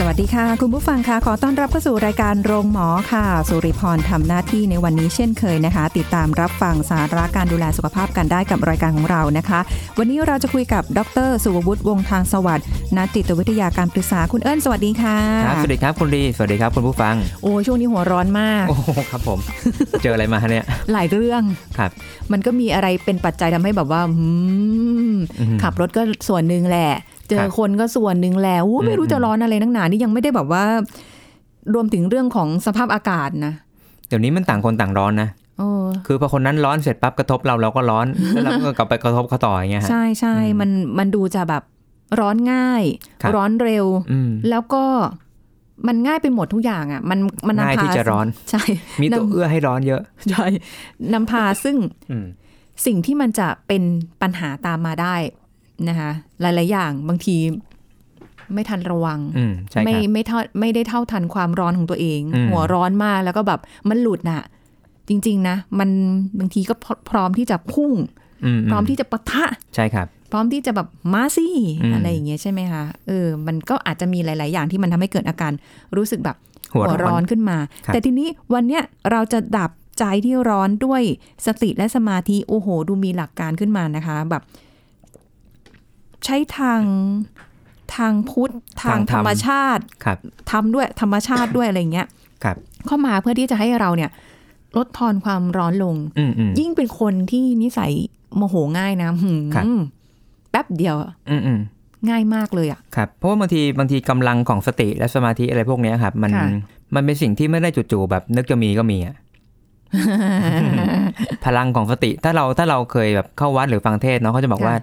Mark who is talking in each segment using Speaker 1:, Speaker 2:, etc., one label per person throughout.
Speaker 1: สวัสดีค่ะ คุณผู้ฟังค่ะ ขอต้อนรับเข้าสู่รายการโรงหมอค่ะ สุริพรทำหน้าที่ในวันนี้เช่นเคยนะคะ ติดตามรับฟังสาระการดูแลสุขภาพกันได้กับรายการของเรานะคะ วันนี้เราจะคุยกับดรสุวัตวงศ์ทางสวัสดิ์นักจิตวิทยาการปรึกษาคุณเอิญสวัสดีค่ะ
Speaker 2: ครับสวัสดีครับคุณลีสวัสดีครับคุณผู้ฟัง
Speaker 1: โอ้ยช่วงนี้หัวร้อนมาก
Speaker 2: โอ้โหครับผม เจออะไรมาเนี่ย
Speaker 1: หลายเรื่อง
Speaker 2: ครับ
Speaker 1: มันก็มีอะไรเป็นปัจจัยทำให้แบบว่าอืม
Speaker 2: อือหือ
Speaker 1: ขับรถก็ส่วนหนึ่งแหละ เจ
Speaker 2: ครั
Speaker 1: อบ คนก็ส่วนหนึ่งแหละอู้ไม่รู้
Speaker 2: อืม
Speaker 1: จะร้อนอะไรนักหนานี่ยังไม่ได้แบบว่า รวมถึงเรื่องของสภาพอากาศนะ
Speaker 2: เดี๋ยวนี้มันต่างคนต่างร้อนนะ
Speaker 1: โอ้
Speaker 2: คือพอคนนั้นร้อนเสร็จปั๊บกระทบเราเราก็ร้อน แล้วเราก็กลับไปกระทบเขาต่ออย่างเงี้ยฮะ
Speaker 1: ใช่ใช่
Speaker 2: อืม
Speaker 1: มันมันดูจะแบบร้อนง่าย
Speaker 2: ครับ
Speaker 1: ร้อนเร็ว
Speaker 2: อืม
Speaker 1: แล้วก็มันง่ายไปหมดทุกอย่างอ่ะ มันมันนำพ
Speaker 2: ง่ายที่จะร้อน
Speaker 1: ใช่
Speaker 2: มีตัวน
Speaker 1: ำ
Speaker 2: เอื้อให้ร้อนเยอะ
Speaker 1: ใช่นำพาซึ่ง
Speaker 2: อืม
Speaker 1: สิ่งที่มันจะเป็นปัญหาตามมาได้นะคะหลาย ๆ อย่างบางทีไม่ทันระวัง
Speaker 2: อืมใช่ค
Speaker 1: ไม่
Speaker 2: รับ
Speaker 1: ไม่เท่าไม่ได้เท่าทันความร้อนของตัวเอง
Speaker 2: อืม
Speaker 1: หัวร้อนมากแล้วก็แบบมันหลุดน่ะ จริง ๆ นะ มันบางทีก็พร้อมที่จะพุ่ง
Speaker 2: อืม
Speaker 1: พร้อมที่จะปะทะ
Speaker 2: ใช่ครับ
Speaker 1: พร้อมที่จะแบบมาสิ
Speaker 2: อืม
Speaker 1: อะไรอย่างเงี้ยใช่ไหมคะเออมันก็อาจจะมีหลาย ๆ อย่างที่มันทำให้เกิดอาการรู้สึกแบบ
Speaker 2: หัวร้
Speaker 1: ร้
Speaker 2: อ
Speaker 1: อน นขึ้นมา
Speaker 2: ครับ
Speaker 1: แต่ทีนี้วันเนี้ยเราจะดับใจที่ร้อนด้วยสติและสมาธิโอ้โห ดูมีหลักการขึ้นมานะคะ แบบ ใช้ทางทางพุทธทางธรรมชาติ
Speaker 2: ครับ
Speaker 1: ทำด้วยธรรมชาติ ด้วยอะไรอย่างเงี้ย
Speaker 2: ครับ
Speaker 1: เข้ามาเพื่อที่จะให้เราเนี่ย ลดทอนความร้อนลง
Speaker 2: อืมอืม
Speaker 1: ยิ่งเป็นคนที่นิสัยโมโหง่ายนะหืม
Speaker 2: ครับ
Speaker 1: แป๊บเดียว
Speaker 2: อืมอืม
Speaker 1: ง่ายมากเลยอ่ะ
Speaker 2: ครับเพราะว่าบางทีบางทีกำลังของสติและสมาธิอะไรพวกเนี้ยครับ มัน
Speaker 1: ค่ะ
Speaker 2: มันเป็นสิ่งที่ไม่ได้จู่ๆแบบ นึกจะมีก็มี อะ พลังของสติถ้าเราถ้าเราเคยแบบเข้าวัดหรือฟังเทศน์เนาะเขาจะบอกว่า
Speaker 1: ค่ะ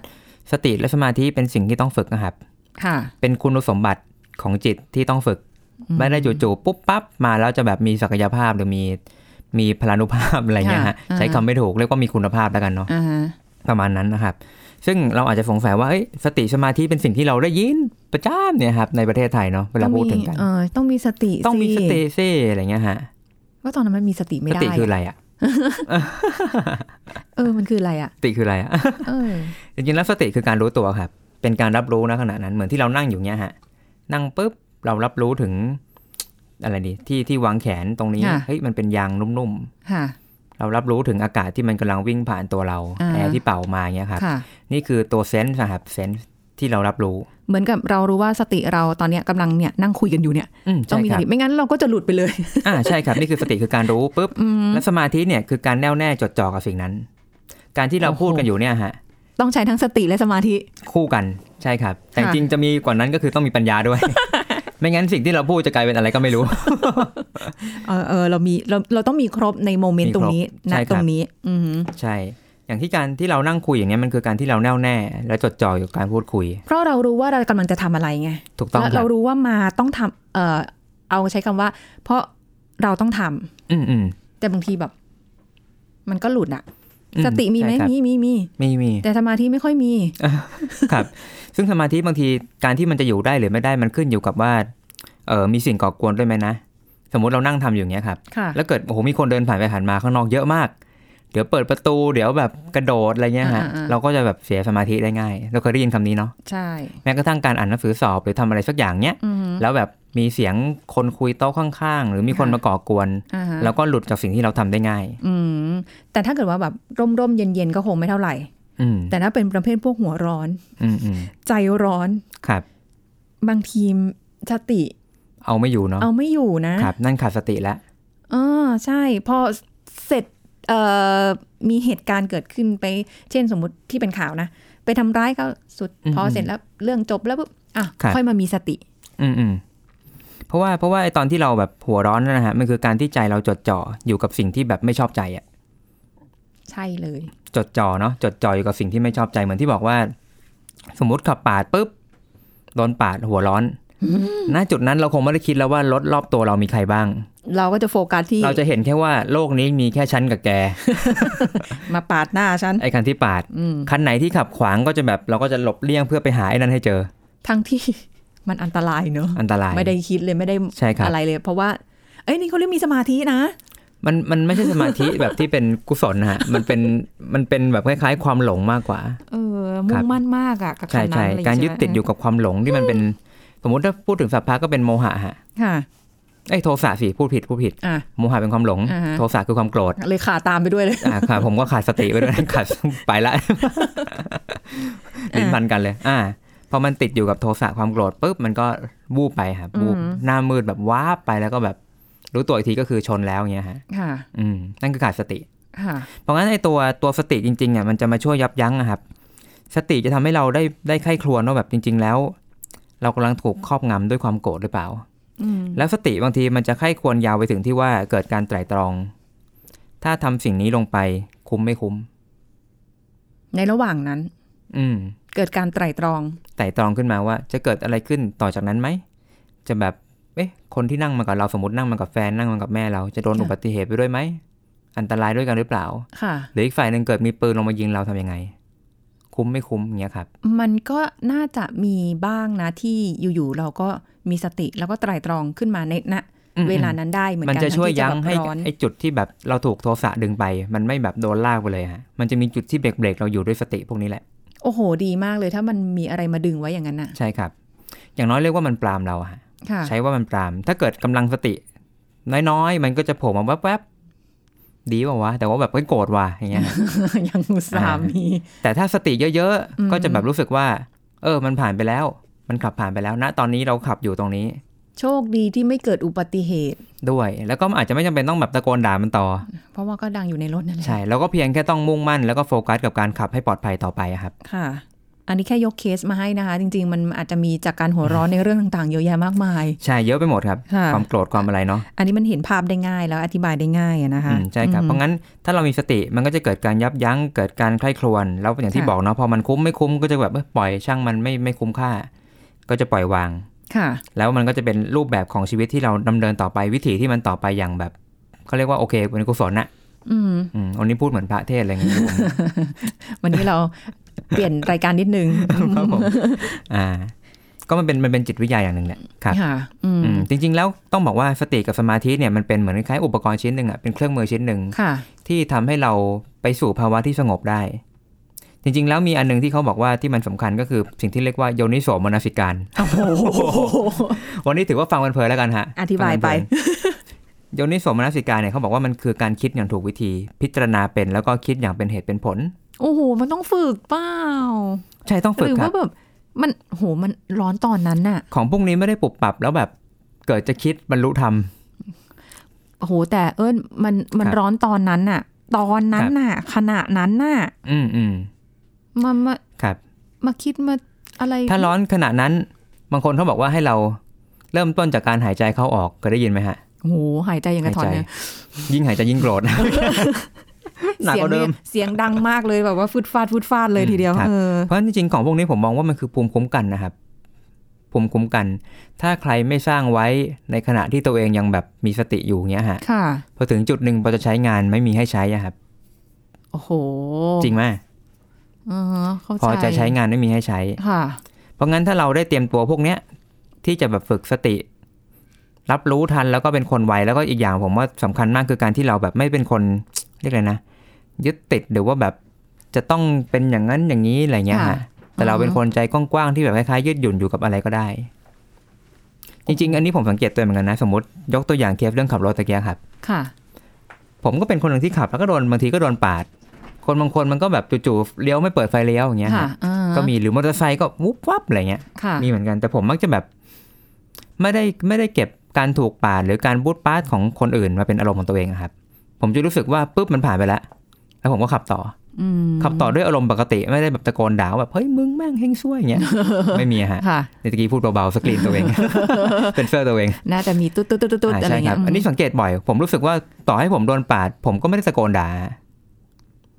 Speaker 2: สติและสมาธิเป็นสิ่งที่ต้องฝึกนะครับ
Speaker 1: ค่ะ
Speaker 2: เป็นคุณสมบัติของจิตที่ต้องฝึก
Speaker 1: อืม
Speaker 2: ไม่ได้จู่ๆปุ๊บปั๊บมาแล้วจะแบบมีศักยภาพหรือมีมีพลานุภาพ อะไรเงี้ยฮะ
Speaker 1: อ่า
Speaker 2: ใช้คำไม่ถูกเรียกว่ามีคุณภาพแล้วกันเนาะ
Speaker 1: อ่าฮะ
Speaker 2: ประมาณนั้นนะครับ ซึ่งเราอาจจะสงสัยว่าเอ้ยสติสมาธิเป็นสิ่งที่เราได้ยินประจำเนี่ยครับในประเทศไทยเนาะเวลาพูดถึงกัน
Speaker 1: เออต้องมีสติ
Speaker 2: ต้องมีสติซิอะไรเงี้ยฮะ
Speaker 1: ว่าตอนนั้นมันมีสติไม่
Speaker 2: ส
Speaker 1: ได้
Speaker 2: ติคือ
Speaker 1: อะ
Speaker 2: อะไรอะ
Speaker 1: เออมันคืออะไรอ่ะ
Speaker 2: สติคืออะไรอะ
Speaker 1: เออ
Speaker 2: จริงๆแล้วสติคือการรู้ตัวครับ เป็นการรับรู้นะขณะนั้นเหมือนที่เรานั่งอยู่เนี้ยฮะ นั่งปุ๊บเรารับรู้ถึง อะไรดีที่ที่วางแขนตรงนี้
Speaker 1: ค่ะ
Speaker 2: เฮ้ยมันเป็นยางนุ่ม
Speaker 1: ค่ะ
Speaker 2: ๆ เรารับรู้ถึงอากาศที่มันกำลังวิ่งผ่านตัวเรา
Speaker 1: อ่า
Speaker 2: แอร์ที่เป่ามาเงี้ยครับ
Speaker 1: ค่ะ
Speaker 2: นี่คือตัวเซนส์นะครับเซนส์ที่เรารับรู้
Speaker 1: เหมือนกับเรารู้ว่าสติเราตอนเนี้ยกำลังเนี่ยนั่งคุยกันอยู่เนี่ย
Speaker 2: อืม
Speaker 1: ต้อง
Speaker 2: ใช่
Speaker 1: มีส
Speaker 2: ครับ
Speaker 1: ติไม่งั้นเราก็จะหลุดไปเลย
Speaker 2: อ่าใช่ครับนี่คือสติคือการรู้ปุ๊บ
Speaker 1: อืม
Speaker 2: และสมาธิเนี่ยคือการแน่วแน่จดจ่อกับสิ่งนั้น การที่เรา
Speaker 1: โอ้โห
Speaker 2: พูดกันอยู่เนี่ยฮะ
Speaker 1: ต้องใช้ทั้งสติและสมาธิ
Speaker 2: คู่กันใช่ครับ แต่
Speaker 1: ค่ะ
Speaker 2: จริงๆจะมีกว่านั้นก็คือต้องมีปัญญา ด้วย ไม่งั้นสิ่งที่เราพูดจะกลายเป็นอะไรก็ไม่รู้
Speaker 1: เออเออเรามีเราเราต้องมีครบในโมเมนต์
Speaker 2: มี
Speaker 1: ต
Speaker 2: ครบ
Speaker 1: รงนี้
Speaker 2: ใช่
Speaker 1: นะครับ ตรงนี้ อืม
Speaker 2: ใช่ อย่างที่การที่เรานั่งคุยอย่างเงี้ยมันคือการที่เราแน่วแน่ และจดจ่ออยู่กับการพูดคุย
Speaker 1: เพราะเรารู้ว่าเรากำลังจะทำอะไรไง
Speaker 2: ถูกต้อง
Speaker 1: แล้ว
Speaker 2: ครั
Speaker 1: เรา
Speaker 2: บ
Speaker 1: รู้ว่ามาต้องทำเออเอาใช้คำว่า เพราะเราต้องทำ
Speaker 2: อืมอืม
Speaker 1: แต่บางทีแบบ มันก็หลุดอะ
Speaker 2: อื
Speaker 1: สติมีไหม
Speaker 2: ใช่ครับ
Speaker 1: มีมีมี
Speaker 2: มีมี
Speaker 1: แต่สมาธิไม่ค่อยมี
Speaker 2: ครับ ซึ่งสมาธิบางทีการที่มันจะอยู่ได้หรือไม่ได้มันขึ้นอยู่กับว่าเออมีสิ่งก่อกวนด้วยไหมนะ สมมติเรานั่งทำอยูอย่างเงี้ยครับ
Speaker 1: ค่ะ
Speaker 2: แล้วเกิดโอ้โหมีคนเดินผ่านไปผ่านมาข้างนอกเยอะมาก เดี๋ยวเปิดประตูเดี๋ยวแบบกระโดดอะไรเงี้ยฮะ
Speaker 1: อ่าอ่า
Speaker 2: เราก็จะแบบเสียสมาธิได้ง่าย เราเคยได้ยินคำนี้เนาะ
Speaker 1: ใช่
Speaker 2: แม้กระทั่งการอ่านหนังสือสอบหรือทำอะไรสักอย่างเนี้ย
Speaker 1: อือฮึ
Speaker 2: แล้วแบบมีเสียงคนคุยโต๊ะข้างๆ หรือมีคน
Speaker 1: ค่ะ
Speaker 2: มาก่อกวน
Speaker 1: อ่าฮะ
Speaker 2: แล้วก็หลุดจากสิ่งที่เราทำได้ง่าย
Speaker 1: อืมแต่ถ้าเกิดว่าแบบร่มร่มๆเย็นเย็นๆก็คงไม่เท่าไหร่
Speaker 2: อืม
Speaker 1: แต่ถ้าเป็นประเภทพวกหัวร้อน
Speaker 2: อืมอืม
Speaker 1: ใจร้อน
Speaker 2: ครับ
Speaker 1: บางทีสติ
Speaker 2: เอาไม่อยู่เนาะ
Speaker 1: เอาไม่อยู่นะครับ
Speaker 2: นั่นขาดสติแล้ว
Speaker 1: เออใช่ พอเสร็จเอ่อมีเหตุการณ์เกิดขึ้นไป เช่นสมมติที่เป็นข่าวนะ ไปทำร้ายเขาสุด
Speaker 2: อืม
Speaker 1: พอเสร็จแล้วเรื่องจบแล้วปุ๊บอ่ะ
Speaker 2: ครับ
Speaker 1: ค่อยมามีสติ
Speaker 2: อืมอืมเพราะว่าเพราะว่าไอตอนที่เราแบบหัวร้อนนั่นนะฮะ มันคือการที่ใจเราจดจ่ออยู่กับสิ่งที่แบบไม่ชอบใจอะ่ะ
Speaker 1: ใช่เลย
Speaker 2: จดจ่อเนาะ จดจ่ออยู่กับสิ่งที่ไม่ชอบใจเหมือนที่บอกว่า สมมติขับปาดปุ๊บ โดนปาดหัวร้อนณจุดนั้นเราคงไม่ได้คิดแล้วว่ารถรอบตัวเรามีใครบ้าง
Speaker 1: เราก็จะโฟกัสที่
Speaker 2: เราจะเห็นแค่ว่าโลกนี้มีแค่ฉันกับแก
Speaker 1: มาปาดหน้าฉัน
Speaker 2: ไอ้คันที่ปาด
Speaker 1: อืม
Speaker 2: คันไหนที่ขับขวางก็จะแบบเราก็จะหลบเลี่ยงเพื่อไปหาไอ้นั่นให้เจอ
Speaker 1: ทั้งที่ มันอันตรายเนอะ
Speaker 2: อันตราย
Speaker 1: ไม่ได้คิดเลยไม่ได้
Speaker 2: ใช่ครับ
Speaker 1: อะไรเลย เพราะว่า เอ้ยนี่เขาเรียกมีสมาธินะ
Speaker 2: มันมันไม่ใช่สมาธิ แบบที่เป็นกุศลนะฮะ มันเป็นมันเป็นแบบคล้ายๆ ความหลงมากกว่า
Speaker 1: เออมุ่งมั่นมากอะกับ
Speaker 2: ใช่
Speaker 1: คำนั้น
Speaker 2: ใช่
Speaker 1: อะไรองเงี้
Speaker 2: การยึดติดอยู่กับความหลงที่มันเป็น สมมติถ้าพูดถึงสัพพะก็เป็นโมหะฮะ
Speaker 1: ค่ะ
Speaker 2: ไอ้ยโทสะสิพูดผิดพูดผิด
Speaker 1: อ่ะ
Speaker 2: โมหะเป็นความหลง
Speaker 1: อ่าฮะ
Speaker 2: โทสะคือความโกรธ
Speaker 1: เลยขาตามไปด้วยเลย
Speaker 2: อ่า ค่ะผมก็ขาดสติไปด้วย ขาดไปละ ลิ้นพันกันเลย อ่าพอมันติดอยู่กับโทสะความโกรธปุ๊บมันก็วูบไปครับวูบ
Speaker 1: อือหือ
Speaker 2: หน้ามืดแบบว้าบไปแล้วก็แบบรู้ตัวอีกทีก็คือชนแล้วอย่างเงี้ยฮะ
Speaker 1: ค่ะ
Speaker 2: อืมนั่นคือขาดสติ
Speaker 1: ค่ะ
Speaker 2: เพราะงั้นไอ้ตัวตัวสติจริงๆอ่ะมันจะมาช่วยยับยั้งอะครับ สติจะทำให้เราได้ได้ไข้ครวญว่าแบบจริง ๆ แล้ว เรากำลังถูกครอบงำด้วยความโกรธหรือเปล่า
Speaker 1: อืม
Speaker 2: แล้วสติบางทีมันจะไข้ครวญยาวไปถึงที่ว่าเกิดการไตร่ตรอง ถ้าทำสิ่งนี้ลงไปคุ้มไม่คุ้ม
Speaker 1: ในระหว่างนั้น
Speaker 2: อืม
Speaker 1: เกิดการไตร่ตรอง
Speaker 2: ไตร่ตรองขึ้นมาว่า จะเกิดอะไรขึ้นต่อจากนั้นไหมจะแบบเอ๊ะคนที่นั่งมากับเราสมมตินั่งมากับแฟนนั่งมากับแม่เราจะโดน
Speaker 1: ค่ะ
Speaker 2: อุบัติเหตุไปด้วยไหมอันตรายด้วยกันหรือเปล่า
Speaker 1: ค่ะ
Speaker 2: หรืออีกฝ่ายหนึ่งเกิดมีปืนลงมายิงเราทำยังไง คุ้มไม่คุ้มอย่างเงี้ยครับ
Speaker 1: มันก็น่าจะมีบ้างนะที่อยู่ๆเราก็มีสติแล้วก็ไตร่ตรองขึ้นมาในณ
Speaker 2: อืม
Speaker 1: เวลานั้นได้เหมือนกั
Speaker 2: มันนจะช่วยยั้ง
Speaker 1: ทั้ที่
Speaker 2: ให้
Speaker 1: จะแบบร้อน
Speaker 2: ไอ้จุดที่แบบเราถูกโทสะดึงไป มันไม่แบบโดนลากไปเลยฮะมันจะมีจุดที่เบรกเบรกๆเราอยู่ด้วยสติพวกนี้แหละ
Speaker 1: โอ้โหดีมากเลยถ้ามันมีอะไรมาดึงไว้อย่างนั้นน่ะ
Speaker 2: ใช่ครับ อย่างน้อยเรียกว่ามันปรามเราอะฮะ
Speaker 1: ค่ะ
Speaker 2: ใช้ว่ามันปราม ถ้าเกิดกำลังสติ น้อยๆ มันก็จะโผล่มาแวบๆดีเปล่าวะแต่ว่าแบบก็โกรธว่ะอย่า งเงี้ยฮะ
Speaker 1: ยังอุตส่าห์มี
Speaker 2: แต่ถ้าสติเยอะ
Speaker 1: อืม
Speaker 2: ๆ ก็จะแบบรู้สึกว่า เออ มันผ่านไปแล้ว มันขับผ่านไปแล้วณตอนนี้เราขับอยู่ตรงนี้
Speaker 1: โชคดีที่ไม่เกิดอุบัติเหตุ
Speaker 2: ด้วย แล้วก็อาจจะไม่จำเป็นต้องแบบตะโกนด่ามันต่อ
Speaker 1: เพราะว่าก็ดังอยู่ในรถนั่นแหละ
Speaker 2: ใช่แล้วก็เพียงแค่ต้องมุ่งมั่นแล้วก็โฟกัสกับการขับให้ปลอดภัยต่อไปอะครับ
Speaker 1: ค่ะ อันนี้แค่ยกเคสมาให้นะคะ จริง ๆ มันอาจจะมีจากการหัวร้อนในเรื่องต่างๆ เยอะแยะมากมาย
Speaker 2: ใช่เยอะไปหมดครับ
Speaker 1: ค่ะ
Speaker 2: ความโกรธความอะไรเนาะ
Speaker 1: อันนี้มันเห็นภาพได้ง่ายแล้วอธิบายได้ง่ายอะนะคะ
Speaker 2: อืมใช่ครับ
Speaker 1: อืม
Speaker 2: เพราะงั้นถ้าเรามีสติมันก็จะเกิดการยับยั้ง เกิดการใคร่ครวญแล้วอย่างที่
Speaker 1: ค่ะ
Speaker 2: บอกเนาะพอมันคุ้มไม่คุ้มก็จะแบบเอ้ยปล่อยช่างมันไม่ไม่คุ้มค่า ก็จะปล่อยวาง
Speaker 1: ค่ะ
Speaker 2: แล้วมันก็จะเป็นรูปแบบของชีวิตที่เราดำเนินต่อไปวิถีที่มันต่อไปอย่างแบบเขาเรียกว่าโอเคเป็นกุศลนะ
Speaker 1: อืม
Speaker 2: อืมวันนี้พูดเหมือนพระเทศอะไรอย่างเงี้ยครับผม
Speaker 1: วันนี้เราเปลี่ยนรายการนิดนึง
Speaker 2: ครับผมอ่า ก็มันเป็นมันเป็นจิตวิทยาอย่างหนึ่งแหละครับ
Speaker 1: ค่ะ อืม
Speaker 2: อืมจริงๆ แล้วต้องบอกว่าสติกับสมาธิเนี่ยมันเป็นเหมือนคล้ายๆอุปกรณ์ชิ้นหนึ่งอ่ะเป็นเครื่องมือชิ้นหนึ่ง
Speaker 1: ค่ะ
Speaker 2: ที่ทำให้เราไปสู่ภาวะที่สงบได้ จริงๆ แล้วมีอันหนึงที่เขาบอกว่าที่มันสำคัญก็คือสิ่งที่เรียกว่าโยนิโสมนสิการ
Speaker 1: โอ้โห
Speaker 2: วันนี้ถือว่าฟังมันเพลินแล้วกันฮะ
Speaker 1: อธิบายไป
Speaker 2: ฟังมันเพลินโยนิโสมนสิการเนี่ยเขาบอกว่ามันคือการคิดอย่างถูกวิธี พิจารณาเป็นแล้วก็คิดอย่างเป็นเหตุเป็นผล
Speaker 1: โอ้โห มันต้องฝึกเปล่า
Speaker 2: ใช่ต้อง
Speaker 1: ห
Speaker 2: ฝึก
Speaker 1: รือ
Speaker 2: ครั
Speaker 1: ว่า
Speaker 2: บ
Speaker 1: แบบ มันโหมันร้อนตอนนั้นน่ะ
Speaker 2: ของพวกนี้ไม่ได้ปรับปรับแล้วแบบเกิดจะคิดบรรลุธรรม
Speaker 1: โอ้โห แต่เอิญมันมัน
Speaker 2: ครับ
Speaker 1: ร้อนตอนนั้นน่ะ ตอนนั้น
Speaker 2: ครับ
Speaker 1: น่ะ ขณะนั้นน่ะ
Speaker 2: อืมอืม
Speaker 1: มามา
Speaker 2: ครับ
Speaker 1: มาคิดมาอะไร
Speaker 2: ถ้าร้อนขนาดนั้น บางคนเขาบอกว่าให้เราเริ่มต้นจากการหายใจเข้าออกเคยได้ยินไหมฮะ
Speaker 1: โอ้โหหายใจอย่างก
Speaker 2: หาย
Speaker 1: ระถอน
Speaker 2: ใจ
Speaker 1: เนี่ย
Speaker 2: ยิ่งหายใจยิ่งโกรธ หนัก
Speaker 1: เสียง
Speaker 2: กว่าเดิ
Speaker 1: นี่
Speaker 2: ม
Speaker 1: เสียงดังมากเลยแบบว่าฟุดฟาดฟุดฟาดเลย
Speaker 2: อืม
Speaker 1: ทีเดียว
Speaker 2: ครับ
Speaker 1: เออ
Speaker 2: เพราะฉะนั้นจริงๆของพวกนี้ผมมองว่ามันคือภูมิคุ้มกันนะครับ ภูมิคุ้มกัน ถ้าใครไม่สร้างไว้ในขณะที่ตัวเองยังแบบมีสติอยู่เงี้ยฮะ
Speaker 1: ค่ะ
Speaker 2: พอถึงจุดหนึ่งพอจะใช้งานไม่มีให้ใช้อะครับ
Speaker 1: โอ้โห
Speaker 2: จริงไหม
Speaker 1: อ่าฮะเข้าใจ
Speaker 2: พอจะใช้งานไม่มีให้ใช้
Speaker 1: ค่ะ
Speaker 2: เพราะงั้นถ้าเราได้เตรียมตัวพวกเนี้ยที่จะแบบฝึกสติ รับรู้ทันแล้วก็เป็นคนไวแล้วก็อีกอย่างผมว่าสำคัญมากคือการที่เราแบบไม่เป็นคน เรียกอะไรนะยึดติดหรือว่าแบบจะต้องเป็นอย่างนั้นอย่างนี้อะไรเงี้ย
Speaker 1: ค่ะ
Speaker 2: ฮะแต่เรา
Speaker 1: อือฮึ
Speaker 2: เป็นคนใจกว้างๆที่แบบคล้ายๆยืดหยุ่นอยู่กับอะไรก็ได้ จริง ๆ อันนี้ผมสังเกตตัวเองเหมือนกันนะสมมติยกตัวอย่างเคสเรื่องขับรถตะเกียครับ
Speaker 1: ค่ะ
Speaker 2: ผมก็เป็นคนหนึ่งที่ขับแล้วก็โดนบางทีก็โดนปาด คนบางคนมันก็แบบจู่ๆเลี้ยวไม่เปิดไฟเลี้ยวอย่างเงี้ย
Speaker 1: ค่ะ
Speaker 2: ฮะ
Speaker 1: อ่า
Speaker 2: ก็มีหรือมอเตอร์ไซค์ก็วุบวับอะไรเงี้ย
Speaker 1: ค่ะ
Speaker 2: มีเหมือนกันแต่ผมมักจะแบบ ไม่ได้ไม่ได้เก็บการถูกปาดหรือการบูดปาดของคนอื่นมาเป็นอารมณ์ของตัวเองอะครับ ผมจะรู้สึกว่าปุ๊บมันผ่านไปแล้ว แล้วผมก็ขับต่อ
Speaker 1: อืม
Speaker 2: อขับต่อด้วยอารมณ์ปกติ ไม่ได้แบบตะโกนด่าว่าแบบเฮ้ยมึงแม่งเฮงซวยอย่างเงี้ย ไม่มีอะฮะ
Speaker 1: ค่ะ
Speaker 2: ในตะกี้พูดเบาๆสกรีน ตัวเอง เป็นเซอร์ตัวเอง
Speaker 1: น่าจะมีตุ๊ดตุ๊ดตุ๊ดตุ๊ด
Speaker 2: อ่า
Speaker 1: อะไร
Speaker 2: ใช่ค
Speaker 1: เงี้
Speaker 2: รับ
Speaker 1: ยม
Speaker 2: อันนี้สังเกตบ่อย ผมรู้สึกว่าต่อให้ผมโดนปาด ผมก็ไม่ได้ตะโกนด่า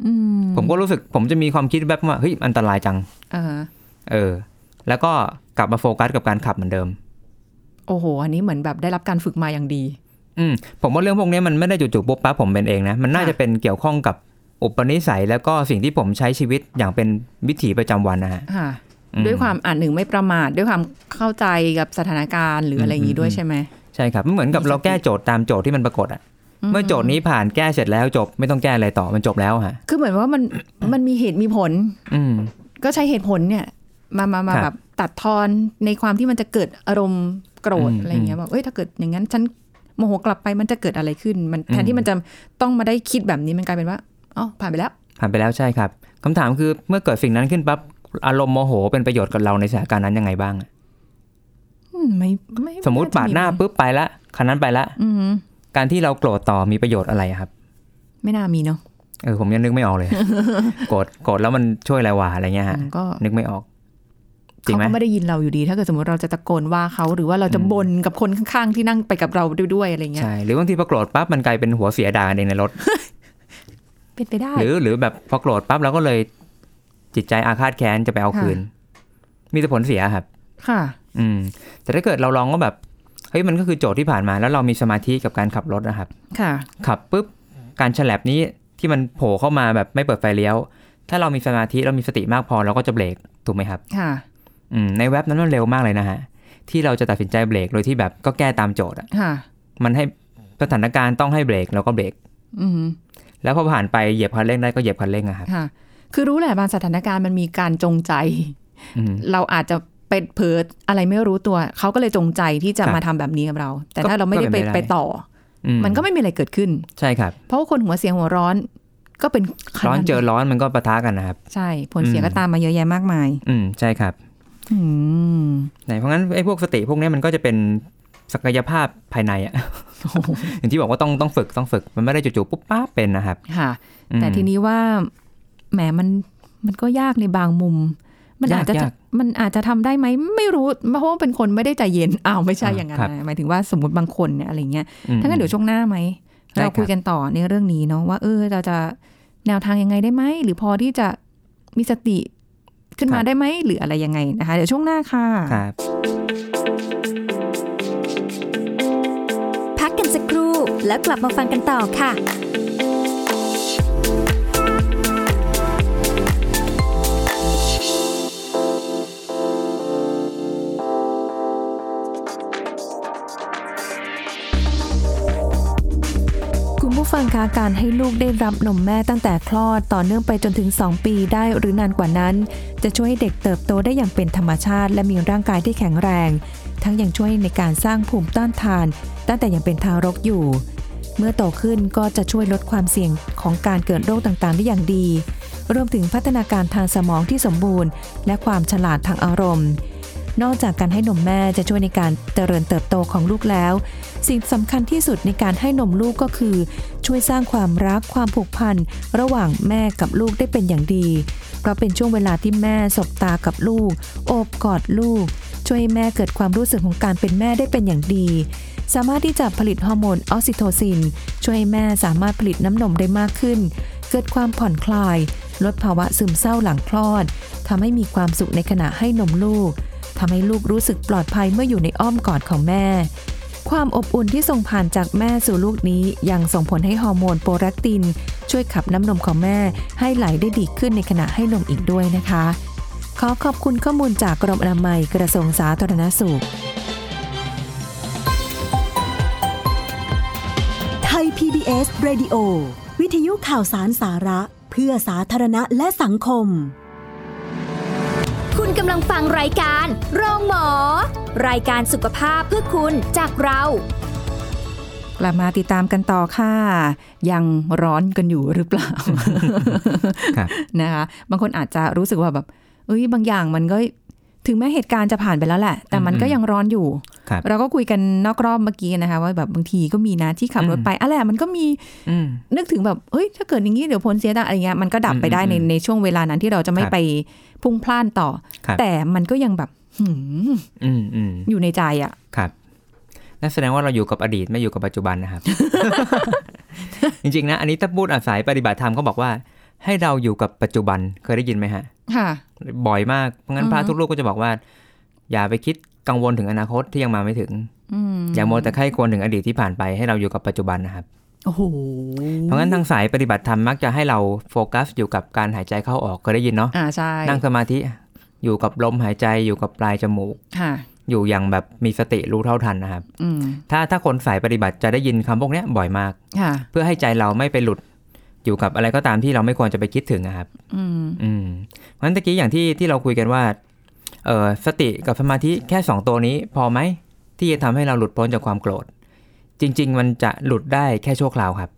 Speaker 1: อืม
Speaker 2: ผมก็รู้สึกผมจะมีความคิดแบบว่าเฮ้ยอันตรายจัง
Speaker 1: เออ
Speaker 2: เออ แล้วก็ กลับมาโฟกัสกับการขับเหมือนเดิม
Speaker 1: โอ้โห อันนี้เหมือนแบบได้รับการฝึกมาอย่างดี
Speaker 2: อืมผมว่าเรื่องพวกนี้มันไม่ได้จู่ๆปุ๊บปั๊บผมเป็นเองนะ มันน่า
Speaker 1: ค่ะ
Speaker 2: จะเป็นเกี่ยวข้องกับอุปนิสัยแล้วก็สิ่งที่ผมใช้ชีวิตอย่างเป็นวิถีประจำวันนะฮะ
Speaker 1: ค่ะ
Speaker 2: อื
Speaker 1: ด้วยความอ่านหนึ่งไม่ประมาทด้วยความเข้าใจกับสถานการณ์หรืออะไรอย่างนี้ด้วย
Speaker 2: อืม
Speaker 1: ใช่ไหม
Speaker 2: ใช่ครับมันเหมือนกับเราแก้โจทย์ตามโจทย์ที่มันปรากฏอะเมื่อโจทย์นี้ผ่านแก้เสร็จแล้วจบไม่ต้องแก้อะไรต่อมันจบแล้วฮะ
Speaker 1: คือเหมือนว่ามัน มันมีเหตุมีผล
Speaker 2: อืม
Speaker 1: ก็ใช้เหตุผลเนี่ย มามามา
Speaker 2: ครับ
Speaker 1: แบบตัดทอนในความที่มันจะเกิดอารมณ์โกรธ
Speaker 2: อืม
Speaker 1: อะไรเงี้ยแบบเอ้ยถ้าเกิดอย่างนั้นฉันโมโหกลับไปมันจะเกิดอะไรขึ้น มัน
Speaker 2: อืม
Speaker 1: แทนที่มันจะต้องมาได้คิดแบบนี้มันกลายเป็นว่าอ๋อผ่านไปแล้ว
Speaker 2: ผ่านไปแล้วใช่ครับคำถามคือเมื่อเกิดสิ่งนั้นขึ้นปั๊บอารมณ์โมโหเป็นประโยชน์กับเราในสถานการณ์นั้นยังไงบ้างอะ
Speaker 1: อืมไม่ไม่
Speaker 2: สมมุติ
Speaker 1: จะ
Speaker 2: ปาดหน้าปุ๊บไปละคันนั้นไปละ
Speaker 1: อืม
Speaker 2: การที่เราโกรธต่อมีประโยชน์อะไรอะครับ
Speaker 1: ไม่น่ามีเนาะ
Speaker 2: เออผมยังนึกไม่ออกเลย โกรธโกรธแล้วมันช่วยอะไรวะอะไรเงี้ยฮะ
Speaker 1: อืมก็
Speaker 2: นึกไม่ออก จริ
Speaker 1: เขา
Speaker 2: งไหม
Speaker 1: ก็ไม่ได้ยินเราอยู่ดี ถ้าเกิดสมมติเราจะตะโกนว่าเขาหรือว่าเราจะ
Speaker 2: อืม
Speaker 1: บ่นกับคนข้างๆที่นั่งไปกับเราด้วยๆอะไรเงี้ย
Speaker 2: ใช่หรือบางทีพอโกรธปั๊บมันกลายเป็นหัวเสียดากันเองในรถ
Speaker 1: เป็นไปได้
Speaker 2: หรือหรือแบบพอโกรธปั๊บเราก็เลยจิตใจอาฆาตแค้นจะไปเอา
Speaker 1: ค่ะ
Speaker 2: คืน มีแต่ผลเสียครับ
Speaker 1: ค่ะ
Speaker 2: อืม แต่ถ้าเกิดเราลองว่าแบบเฮ้ยมันก็คือโจทย์ที่ผ่านมา แล้วเรามีสมาธิกับการขับรถนะครับ
Speaker 1: ค่ะ
Speaker 2: ขับปุ๊บการฉลับนี้ที่มันโผล่เข้ามาแบบไม่เปิดไฟเลี้ยว ถ้าเรามีสมาธิเรามีสติมากพอเราก็จะเบรกถูกไหมครับ
Speaker 1: ค่ะ
Speaker 2: อืมในเว็บนั้นมันเร็วมากเลยนะฮะ ที่เราจะตัดสินใจเบรกโดยที่แบบก็แก้ตามโจทย์อะ
Speaker 1: ค่ะ
Speaker 2: มันให้สถานการณ์ต้องให้เบรกเราก็เบรก
Speaker 1: อืม
Speaker 2: แล้วพอผ่านไปเหยียบคันเร่งได้ก็เหยียบคันเร่งอะครับ
Speaker 1: ค่ะ คือรู้แหละบางสถานการณ์มันมีการจงใจ
Speaker 2: อืม
Speaker 1: เราอาจจะไปเผลออะไรไม่รู้ตัว เขาก็เลยจงใจที่จะ
Speaker 2: ครับ
Speaker 1: มาทำแบบนี้กับเรา แต่
Speaker 2: ก็
Speaker 1: ถ้าเราไม่ได้
Speaker 2: ก็
Speaker 1: ไป
Speaker 2: เป็นไปได้
Speaker 1: ไปต่อ
Speaker 2: อื
Speaker 1: อมันก็ไม่มีอะไรเกิดขึ้น
Speaker 2: ใช่ครับ
Speaker 1: เพราะว่าคนหัวเสียงหัวร้อน ก็เป็นคั
Speaker 2: ร้อนเจอร้อนมันก็ปะทะกันนะครับ
Speaker 1: ใช่ ผลเสีย
Speaker 2: อืม
Speaker 1: ก็ตามมาเยอะแยะมากมาย
Speaker 2: อืมใช่ครับ
Speaker 1: อืม
Speaker 2: ไหนเพราะงั้นไอ้พวกสติพวกเนี้ยมันก็จะเป็นศักยภาพภายในอะ อย่างที่บอกว่าต้องต้องฝึกต้องฝึกมันไม่ได้จู่ๆปุ๊บป้าบเป็นนะครับ
Speaker 1: ค่ะ
Speaker 2: อืม
Speaker 1: แต่ทีนี้ว่าแหมมันมันก็ยากในบางมุม มัน
Speaker 2: ยาก
Speaker 1: อาจจะ
Speaker 2: ยาก
Speaker 1: มันอาจจะทำได้ไหมไม่รู้เพราะว่าเป็นคนไม่ได้ใจเย็นอ้าวไม่ใช่
Speaker 2: อ่า
Speaker 1: อย่างนั้น
Speaker 2: ครับ
Speaker 1: นะหมายถึงว่าสมมติบางคนเนี่ยอะไรเงี้ย
Speaker 2: อืม
Speaker 1: ถ้างั้นเดี๋ยวช่วงหน้าไหม
Speaker 2: ได้
Speaker 1: เรา
Speaker 2: ครับ
Speaker 1: คุยกันต่อในเรื่องนี้เนาะว่าเออเราจะแนวทางยังไงได้ไหม หรือพอที่จะมีสติขึ้นมาได้ไหม หรืออะไรยังไงนะคะ เดี๋ยวช่วงหน้าค่ะ
Speaker 2: ครับ
Speaker 3: พักกันสักครู่แล้วกลับมาฟังกันต่อค่ะ
Speaker 4: คุณผู้ฟังคะการให้ลูกได้รับนมแม่ตั้งแต่คลอดต่อเนื่องไปจนถึง 2 ปีได้หรือนานกว่านั้น จะช่วยให้เด็กเติบโตได้อย่างเป็นธรรมชาติ และมีร่างกายที่แข็งแรง ทั้งยังช่วยในการสร้างภูมิต้านทาน ตั้งแต่ยังเป็นทารกอยู่ เมื่อโตขึ้นก็จะช่วยลดความเสี่ยงของการเกิดโรคต่างๆ ได้อย่างดี รวมถึงพัฒนาการทางสมองที่สมบูรณ์ และความฉลาดทางอารมณ์ นอกจากการให้นมแม่จะช่วยในการเจริญเติบโตของลูกแล้ว สิ่งสำคัญที่สุดในการให้นมลูกก็คือ ช่วยสร้างความรักความผูกพัน ระหว่างแม่กับลูกได้เป็นอย่างดี เพราะเป็นช่วงเวลาที่แม่สบตากับลูก โอบกอดลูก ช่วยให้แม่เกิดความรู้สึกของการเป็นแม่ได้เป็นอย่างดี สามารถที่จะผลิตฮอร์โมนออกซิโทซิน ช่วยให้แม่สามารถผลิตน้ำนมได้มากขึ้น เกิดความผ่อนคลาย ลดภาวะซึมเศร้าหลังคลอดทำให้มีความสุขในขณะให้นมลูกทำให้ลูกรู้สึกปลอดภัยเมื่ออยู่ในอ้อมกอดของแม่ ความอบอุ่นที่ส่งผ่านจากแม่สู่ลูกนี้ ยังส่งผลให้ฮอร์โมนโปรแลคติน ช่วยขับน้ำนมของแม่ ให้ไหลได้ดีขึ้นในขณะให้นมอีกด้วยนะคะ ขอขอบคุณข้อมูลจากกรมอนามัยกระทรวงสาธารณสุข
Speaker 5: ไทย PBS Radio วิทยุข่าวสารสาระ เพื่อสาธารณะและสังคม
Speaker 3: คุณกำลังฟังรายการโรงหมอ รายการสุขภาพเพื่อคุณจากเรา
Speaker 1: กลับมาติดตามกันต่อค่ะ ยังร้อนกันอยู่หรือเปล่า
Speaker 2: ครับ
Speaker 1: นะคะ บางคนอาจจะรู้สึกว่าแบบ เอ้ยบางอย่างมันก็ถึงแม้เหตุการณ์จะผ่านไปแล้วแหละ แต่มันก็
Speaker 2: อืม
Speaker 1: ยังร้อนอยู่
Speaker 2: ครับ
Speaker 1: เราก็คุยกันนอกรอบเมื่อกี้นะคะ ว่าแบบบางทีก็มีนะที่ขับรถ
Speaker 2: อืม
Speaker 1: ไปอะไรมันก็มี
Speaker 2: อืม
Speaker 1: นึกถึงแบบเอ้ย ถ้าเกิดอย่างนี้เดี๋ยวผลเสียดายอะไรเงี้ย มันก็ดับไปได้ใน
Speaker 2: อืมอืม
Speaker 1: ในช่วงเวลานั้นที่เราจะไม่
Speaker 2: ครับ
Speaker 1: ไปพุ่งพล่านต่อ
Speaker 2: ครับ
Speaker 1: แต่มันก็ยังแบบหืม
Speaker 2: อืมอืม
Speaker 1: อยู่ในใจอะ
Speaker 2: ครับนั่นแสดงว่าเราอยู่กับอดีตไม่อยู่กับปัจจุบันนะครับ จริงๆนะอันนี้ถ้าพูดอาศัยปฏิบัติธรรมเขาบอกว่า ให้เราอยู่กับปัจจุบันเคยได้ยินไหมฮะ
Speaker 1: ค่ะ
Speaker 2: บ่อยมาก เพราะงั้นพระ
Speaker 1: อือฮึ
Speaker 2: ทุกรูปก็จะบอกว่า อย่าไปคิดกังวลถึงอนาคตที่ยังมาไม่ถึง
Speaker 1: อืม
Speaker 2: อย่ามัวแต่ไข้ควรถึงอดีตที่ผ่านไปให้เราอยู่กับปัจจุบันนะครับ
Speaker 1: โอ้โห
Speaker 2: เพราะงั้นทางสายปฏิบัติธรรมมักจะให้เราโฟกัสอยู่กับการหายใจเข้าออกเคยได้ยินเนาะ
Speaker 1: อ่าใช่
Speaker 2: นั่งสมาธิอยู่กับลมหายใจอยู่กับปลายจมูก
Speaker 1: ค่ะ
Speaker 2: อยู่อย่างแบบมีสติรู้เท่าทันนะครับ
Speaker 1: อืม
Speaker 2: ถ้าถ้าคนสายปฏิบัติจะได้ยินคำพวกเนี้ยบ่อยมาก
Speaker 1: ค่ะ
Speaker 2: เพื่อให้ใจเราไม่ไปหลุดอยู่กับอะไรก็ตามที่เราไม่ควรจะไปคิดถึงนะครับ
Speaker 1: อืม
Speaker 2: อืมเพราะฉะนั้นตะกี้อย่างที่ที่เราคุยกันว่าเออสติกับสมาธิแค่สองตัวนี้ พอไหมที่จะทำให้เราหลุดพ้นจากความโกรธ จริง ๆ มันจะหลุดได้แค่ชั่วคราวครับ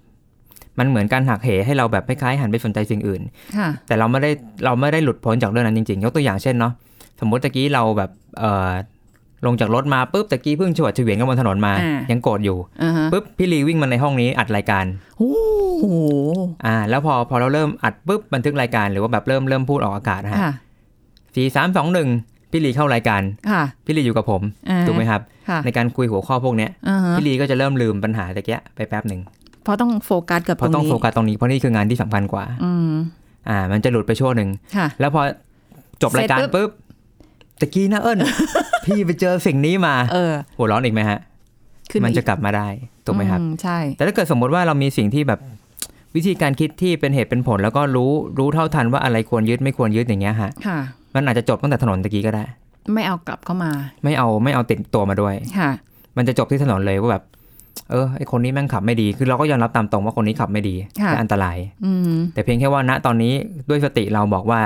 Speaker 2: มันเหมือนการหักเหให้เราแบบคล้ายๆหันไปสนใจสิ่งอื่น
Speaker 1: ค่ะ
Speaker 2: แต่เราไม่ได้เราไม่ได้หลุดพ้นจากเรื่องนั้นจริงๆ ยกตัวอย่างเช่นเนาะสมมติตะกี้เราแบบเออลงจากรถมาปุ๊บตะกี้เพิ่งฉวดเฉวียนกันบนถนนมา ยังโกรธอยู่
Speaker 1: อ่าฮะ
Speaker 2: ปุ๊บพี่ลีวิ่งมาในห้องนี้อัดรายการ
Speaker 1: โอ้โห
Speaker 2: อ่าแล้วพอพอเราเริ่มอัดปุ๊บบันทึกรายการหรือว่าแบบเริ่มเริ่มพูดออกอากาศนะฮะ
Speaker 1: ค่ะ
Speaker 2: สี่สามสองหนึ่งพี่ลีเข้ารายการ
Speaker 1: ค่ะ
Speaker 2: พี่ลีอยู่กับผม
Speaker 1: อ่า
Speaker 2: ถูกไหมครับ
Speaker 1: ค่ะ
Speaker 2: ในการคุยหัวข้อพวกเนี้ย
Speaker 1: อ่าฮะ
Speaker 2: พี่ลีก็จะเริ่มลืมปัญหาตะเกียไปแป๊บหนึ่ง
Speaker 1: เพราะต้องโฟกัสกับ
Speaker 2: เพ
Speaker 1: ตร
Speaker 2: ราะ
Speaker 1: ง
Speaker 2: ต้อง
Speaker 1: นี้
Speaker 2: โฟกัสตรงนี้เพราะนี่คืองานที่สำคัญกว่า
Speaker 1: อืม
Speaker 2: อ่า มันจะหลุดไปช่วงหนึ่ง
Speaker 1: ค่ะ
Speaker 2: แล้วพอจบรายการ
Speaker 1: เสร็จปุ๊
Speaker 2: ปุ๊
Speaker 1: บ
Speaker 2: บตะกี้นะเอิญ พี่ไปเจอสิ่งนี้มา
Speaker 1: เออ
Speaker 2: หัวเร้อนอีกไหมฮะ
Speaker 1: ขึ้
Speaker 2: มัน
Speaker 1: นาอี
Speaker 2: จะกลับมาได้ถูกไหมครับ
Speaker 1: อืใช่
Speaker 2: แต่ถ้าเกิดสมมติว่าเรามีสิ่งที่แบบวิธีการคิดที่เป็นเหตุเป็นผล แล้วก็รู้รู้เท่าทันว่าอะไรควรยึดไม่ควรยึดอย่างเงี้ยฮะ
Speaker 1: ค่ะ
Speaker 2: มันอาจจะจบตั้งแต่ถนนตะกี้ก็ได้
Speaker 1: ไม่เอากลับเข้ามา
Speaker 2: ไม่เอาไม่เอาติดตัวมาด้วย
Speaker 1: ค่ะ
Speaker 2: มันจะจบที่ถนนเลยว่าแบบ เออไอคนนี้แม่งขับไม่ดี คือเราก็ยอมรับตามตรงว่าคนนี้ขับไม่ดี
Speaker 1: ค่ะ
Speaker 2: และอันตราย
Speaker 1: อืม
Speaker 2: แต่เพียงแค่ว่าณตอนนี้ด้วยสติเราบอกว่า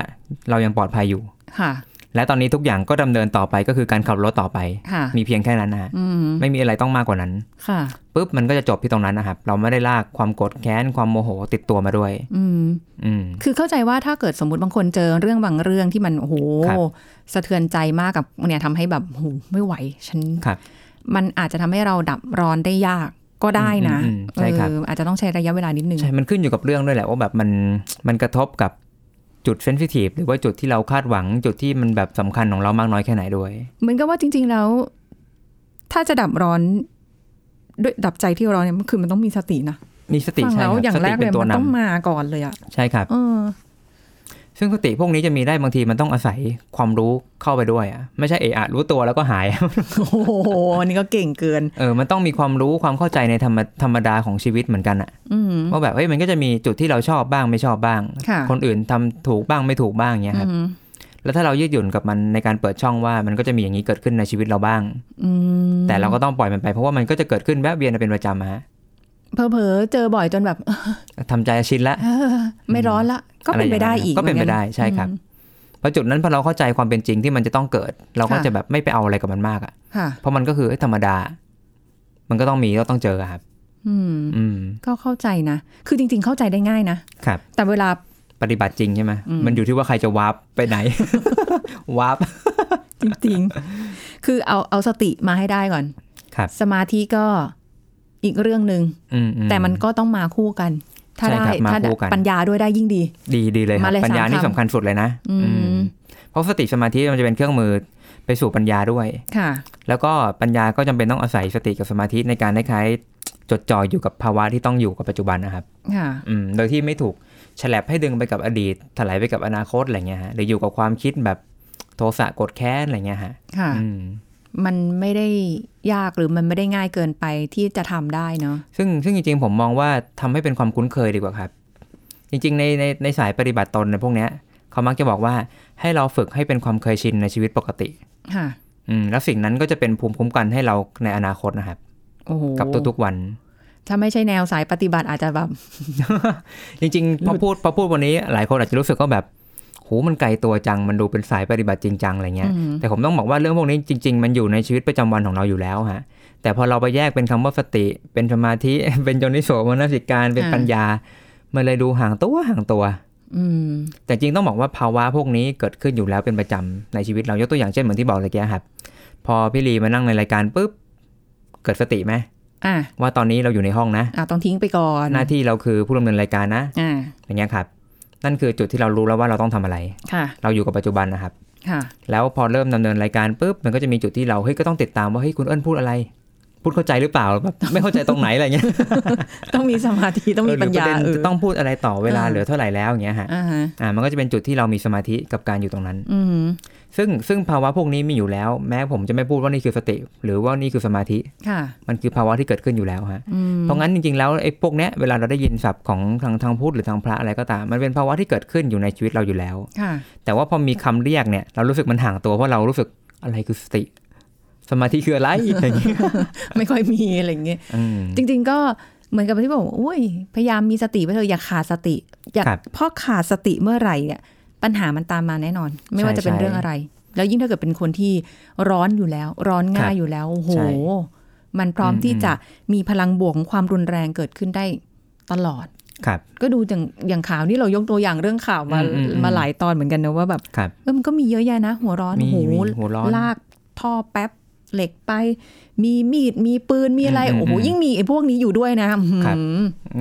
Speaker 2: เรายังปลอดภัยอยู่
Speaker 1: ค่ะ
Speaker 2: และตอนนี้ทุกอย่างก็ดำเนินต่อไปก็คือการขับรถต่อไป
Speaker 1: ค่ะ
Speaker 2: มีเพียงแค่นั้นนะฮะ
Speaker 1: อืม
Speaker 2: ไม่มีอะไรต้องมากกว่านั้น
Speaker 1: ค่ะ
Speaker 2: ปุ๊บมันก็จะจบที่ตรงนั้นนะครับเราไม่ได้ลากความโกรธแค้นความโมโหติดตัวมาด้วย
Speaker 1: อืม
Speaker 2: อืม
Speaker 1: คือเข้าใจว่าถ้าเกิดสมมติบางคนเจอเรื่องบางเรื่องที่มันโอ้โห
Speaker 2: ครับ
Speaker 1: สะเทือนใจมากกับเนี่ยทำให้แบบโอ้โหไม่ไหว ฉัน
Speaker 2: ครับ
Speaker 1: มันอาจจะทำให้เราดับร้อนได้ยากก็ได้นะ
Speaker 2: อืมอืมอืมใช่ครับ
Speaker 1: เอออาจจะต้องใช้ระยะเวลานิดนึง
Speaker 2: ใช่ มันขึ้นอยู่กับเรื่องด้วยแหละว่าแบบมันมันกระทบกับจุดเซนซิทีฟหรือว่าจุดที่เราคาดหวัง จุดที่มันแบบสำคัญของเรามากน้อยแค่ไหนด้วย
Speaker 1: เหมือนกับว่าจริง ๆแล้ว ถ้าจะดับร้อน ด้วยดับใจที่ร้อนเนี่ยมันคือมันต้องมีสตินะ
Speaker 2: มีสติ
Speaker 1: ฟั
Speaker 2: ใช่
Speaker 1: แล้ว
Speaker 2: ครับ
Speaker 1: อย่าง
Speaker 2: ส
Speaker 1: แร
Speaker 2: ติ
Speaker 1: ก
Speaker 2: เป็
Speaker 1: เลย
Speaker 2: นตัว
Speaker 1: มัน
Speaker 2: นำ
Speaker 1: ต้องมาก่อนเลยอะ
Speaker 2: ใช่ครับ
Speaker 1: เออ
Speaker 2: ซึ่งสติพวกนี้จะมีได้บางทีมันต้องอาศัยความรู้เข้าไปด้วยอ่ะไม่ใช่เอะอะ รู้ตัวแล้วก็หาย
Speaker 1: โอ้โหอันนี้ก็เก่งเกิน
Speaker 2: เออมันต้องมีความรู้ความเข้าใจในธรรมธรรมดาของชีวิตเหมือนกันอ่ะ
Speaker 1: อืม
Speaker 2: ว่าแบบเฮ้ยมันก็จะมีจุดที่เราชอบบ้างไม่ชอบบ้าง
Speaker 1: ค่ะ
Speaker 2: คนอื่นทำถูกบ้างไม่ถูกบ้างเงี้ยครับ
Speaker 1: อืม
Speaker 2: แล้วถ้าเรายืดหยุ่นกับมันในการเปิดช่องว่ามันก็จะมีอย่างนี้เกิดขึ้นในชีวิตเราบ้าง
Speaker 1: อืม
Speaker 2: แต่เราก็ต้องปล่อยมันไปเพราะว่ามันก็จะเกิดขึ้นแวบเวียนเป็นประจำอะฮะ
Speaker 1: เผลอๆเจอบ่อยจนแบบเออ
Speaker 2: ทำใจชินละ
Speaker 1: ไม่ร้อนละ ก็เป็นไปได้อีก
Speaker 2: ก็เป็นไปได้
Speaker 1: หมื
Speaker 2: ใช่ครับ
Speaker 1: อืม
Speaker 2: เพราะจุดนั้นพอเราเข้าใจความเป็นจริงที่มันจะต้องเกิด เราก็
Speaker 1: ค่ะ
Speaker 2: จะแบบไม่ไปเอาอะไรกับมันมากอ่ะ
Speaker 1: ค่ะ
Speaker 2: เพราะมันก็คือเอ้ยธรรมดา มันก็ต้องมีก็ต้องเจออะครับ
Speaker 1: อืม
Speaker 2: อืม
Speaker 1: ก็เข้าใจนะ คือจริง ๆ เข้าใจได้ง่ายนะครับ แต่เวลา
Speaker 2: ปฏิบัติจริงใช่ไหม
Speaker 1: อืม
Speaker 2: มันอยู่ที่ว่าใครจะวาร์ปไป ไหน วาร์ป
Speaker 1: จริง ๆ คือเอาเอาสติมาให้ได้ก่อน
Speaker 2: ครับ
Speaker 1: สมาธิก็อีกเรื่องหนึ่ง
Speaker 2: อือื
Speaker 1: แต่มันก็ต้องมาคู่กัน ถ้า
Speaker 2: ใช่
Speaker 1: ได้
Speaker 2: ครับมา
Speaker 1: ถ้า
Speaker 2: คู่กัน
Speaker 1: ปัญญาด้วยได้ยิ่งดี
Speaker 2: ดีดีเลยครั
Speaker 1: มา
Speaker 2: บ
Speaker 1: เลย
Speaker 2: ปัญญา
Speaker 1: สาม
Speaker 2: นี่
Speaker 1: คำ
Speaker 2: สำคัญสุดเลยนะ
Speaker 1: อืม
Speaker 2: มเพราะสติสมาธิมันจะเป็นเครื่องมือไปสู่ปัญญาด้วย
Speaker 1: ค่ะ
Speaker 2: แล้วก็ปัญญาก็จำเป็นต้องอาศัยสติกับสมาธิในการคล้ายๆจดจ่ออยู่กับภาวะที่ต้องอยู่กับปัจจุบันนะครับ
Speaker 1: ค่ะ
Speaker 2: อืมโดยที่ไม่ถูกฉลับให้ดึงไปกับอดีตถลายไปกับอนาคตอะไรเงี้ยฮะหรืออยู่กับความคิดแบบโทสะโกรธแค้นอะไรเงี้ยฮะ
Speaker 1: ค่ะ
Speaker 2: อืม
Speaker 1: มันไม่ได้ยากหรือมันไม่ได้ง่ายเกินไปที่จะทำได้เนาะ
Speaker 2: ซึ่งซึ่งจริงๆผมมองว่าทำให้เป็นความคุ้นเคยดีกว่าครับ จริงๆในในในสายปฏิบัติตนในพวกเนี้ยเขามักจะบอกว่าให้เราฝึกให้เป็นความเคยชินในชีวิตปกติ
Speaker 1: ค่ะ
Speaker 2: อืมแล้วสิ่งนั้นก็จะเป็นภูมิคุ้มกันให้เราในอนาคตนะครับ
Speaker 1: โอ้โห
Speaker 2: กับทุกๆวัน
Speaker 1: ถ้าไม่ใช่แนวสายปฏิบัติอาจจะแบบ
Speaker 2: จริงๆพอพูดพอพูดวันนี้หลายคนอาจจะรู้สึกก็แบบโหมันไกลตัวจังมันดูเป็นสายปฏิบัติจริงจังอะไรเงี้ย
Speaker 1: อืม
Speaker 2: แต่ผมต้องบอกว่าเรื่องพวกนี้จริง ๆ มันอยู่ในชีวิตประจำวันของเราอยู่แล้วฮะแต่พอเราไปแยกเป็นคำว่าสติ เป็นสมาธิ เป็นโยนิโสมนสิการเป็นปัญญา มันเลยดูห่างตัวห่างตัว
Speaker 1: อืม
Speaker 2: แต่จริงต้องบอกว่าภาวะพวกนี้เกิดขึ้นอยู่แล้วเป็นประจำในชีวิตเรายกตัวอย่างเช่นเหมือนที่บอกตะกี้ครับพอพี่ลีมานั่งในรายการปุ๊บเกิดสติไหม
Speaker 1: อ่ะ
Speaker 2: ว่าตอนนี้เราอยู่ในห้องนะ
Speaker 1: อ่ะต้องทิ้งไปก่อน
Speaker 2: หน้าที่เราคือผู้ดำเนินรายการนะ
Speaker 1: อ่า
Speaker 2: อย่างเงี้ยครับ นั่นคือจุดที่เรารู้แล้วว่าเราต้องทำอะไร
Speaker 1: ค่ะ
Speaker 2: เราอยู่กับปัจจุบันนะครับ
Speaker 1: ค่ะ
Speaker 2: แล้วพอเริ่มดำเนินรายการปุ๊บ มันก็จะมีจุดที่เราเฮ้ยก็ต้องติดตามว่าเฮ้ยคุณเอิญพูดอะไร พูดเข้าใจหรือเปล่าแบบไม่เข้าใจตรงไหนอะไรเงี้ย
Speaker 1: ต้องมีสมา ธิ ต้องมี
Speaker 2: เออหรื
Speaker 1: ปัญญา
Speaker 2: ระเด็น
Speaker 1: เออ
Speaker 2: จะต้องพูดอะไรต่อเวลา
Speaker 1: เออ
Speaker 2: เหลือเท่าไหร่แล้วอย่างเงี้ยฮะ
Speaker 1: อ่าฮะ
Speaker 2: อ่ามันก็จะเป็นจุดที่เรามีสมาธิกับการอยู่ตรงนั้น
Speaker 1: อืม
Speaker 2: ซึ่งซึ่งภาวะพวกนี้มีอยู่แล้ว แม้ผมจะไม่พูดว่านี่คือสติ หรือว่านี่คือสมาธิ
Speaker 1: ค่ะ
Speaker 2: มันคือภาวะที่เกิดขึ้นอยู่แล้วฮะ
Speaker 1: อืม
Speaker 2: เพราะงั้นจริงๆแล้วไอ้พวกเนี้ยเวลาเราได้ยินศัพท์ของทางทางพูดหรือทางพระอะไรก็ตาม มันเป็นภาวะที่เกิดขึ้นอยู่ในชีวิตเราอยู่แล้ว
Speaker 1: ค่ะ
Speaker 2: แต่ว่าพอมีคำเรียกเนี่ยเรารู้สึกมันห่างตัวเพราะเรารู้สึกอะไรคือสติ สมาธิคือ อะไรอย่างเงี้ย
Speaker 1: ไม่ค่อยมีอะไรอย่างเงี้ย
Speaker 2: อืม
Speaker 1: จริง ๆ ก็เหมือนกับที่บอกว่าอุ้ยพยายามมีสติไปเถอะอย่าขาดสติอย่า
Speaker 2: ครับ
Speaker 1: พอขาดสติเมื่อไหร่เนี่ยปัญหามันตามมาแน่นอน ไม่ว่า
Speaker 2: ใช่
Speaker 1: จะเป็น
Speaker 2: ใช่
Speaker 1: เรื่องอะไร แล้วยิ่งถ้าเกิดเป็นคนที่ร้อนอยู่แล้ว ร้อนง่าย
Speaker 2: ครับ
Speaker 1: อยู่แล้วโอ้โห
Speaker 2: ใช่
Speaker 1: มันพร้อม
Speaker 2: อืม
Speaker 1: ที่จะมีพลังบวกของความรุนแรงเกิดขึ้นได้ตลอด
Speaker 2: ครับ
Speaker 1: ก็ดูอย่างอย่างข่าวนี่เรายกตัวอย่างเรื่องข่าวมา
Speaker 2: อืมอืมอืม
Speaker 1: มาหลายตอนเหมือนกันนะว่าแบบ
Speaker 2: ครับ
Speaker 1: เออมันก็มีเยอะแยะนะ หัวร้อน
Speaker 2: มี
Speaker 1: โอ้โห
Speaker 2: มีหัวร้อน
Speaker 1: ลากท่อแป๊บเหล็กไป มีมีดมีปืนมีอะไร
Speaker 2: อืมอืม
Speaker 1: โอ้โห
Speaker 2: อืม
Speaker 1: ยิ่งมีไอ้พวกนี้อยู่ด้วยนะอื้อหือ
Speaker 2: ครับ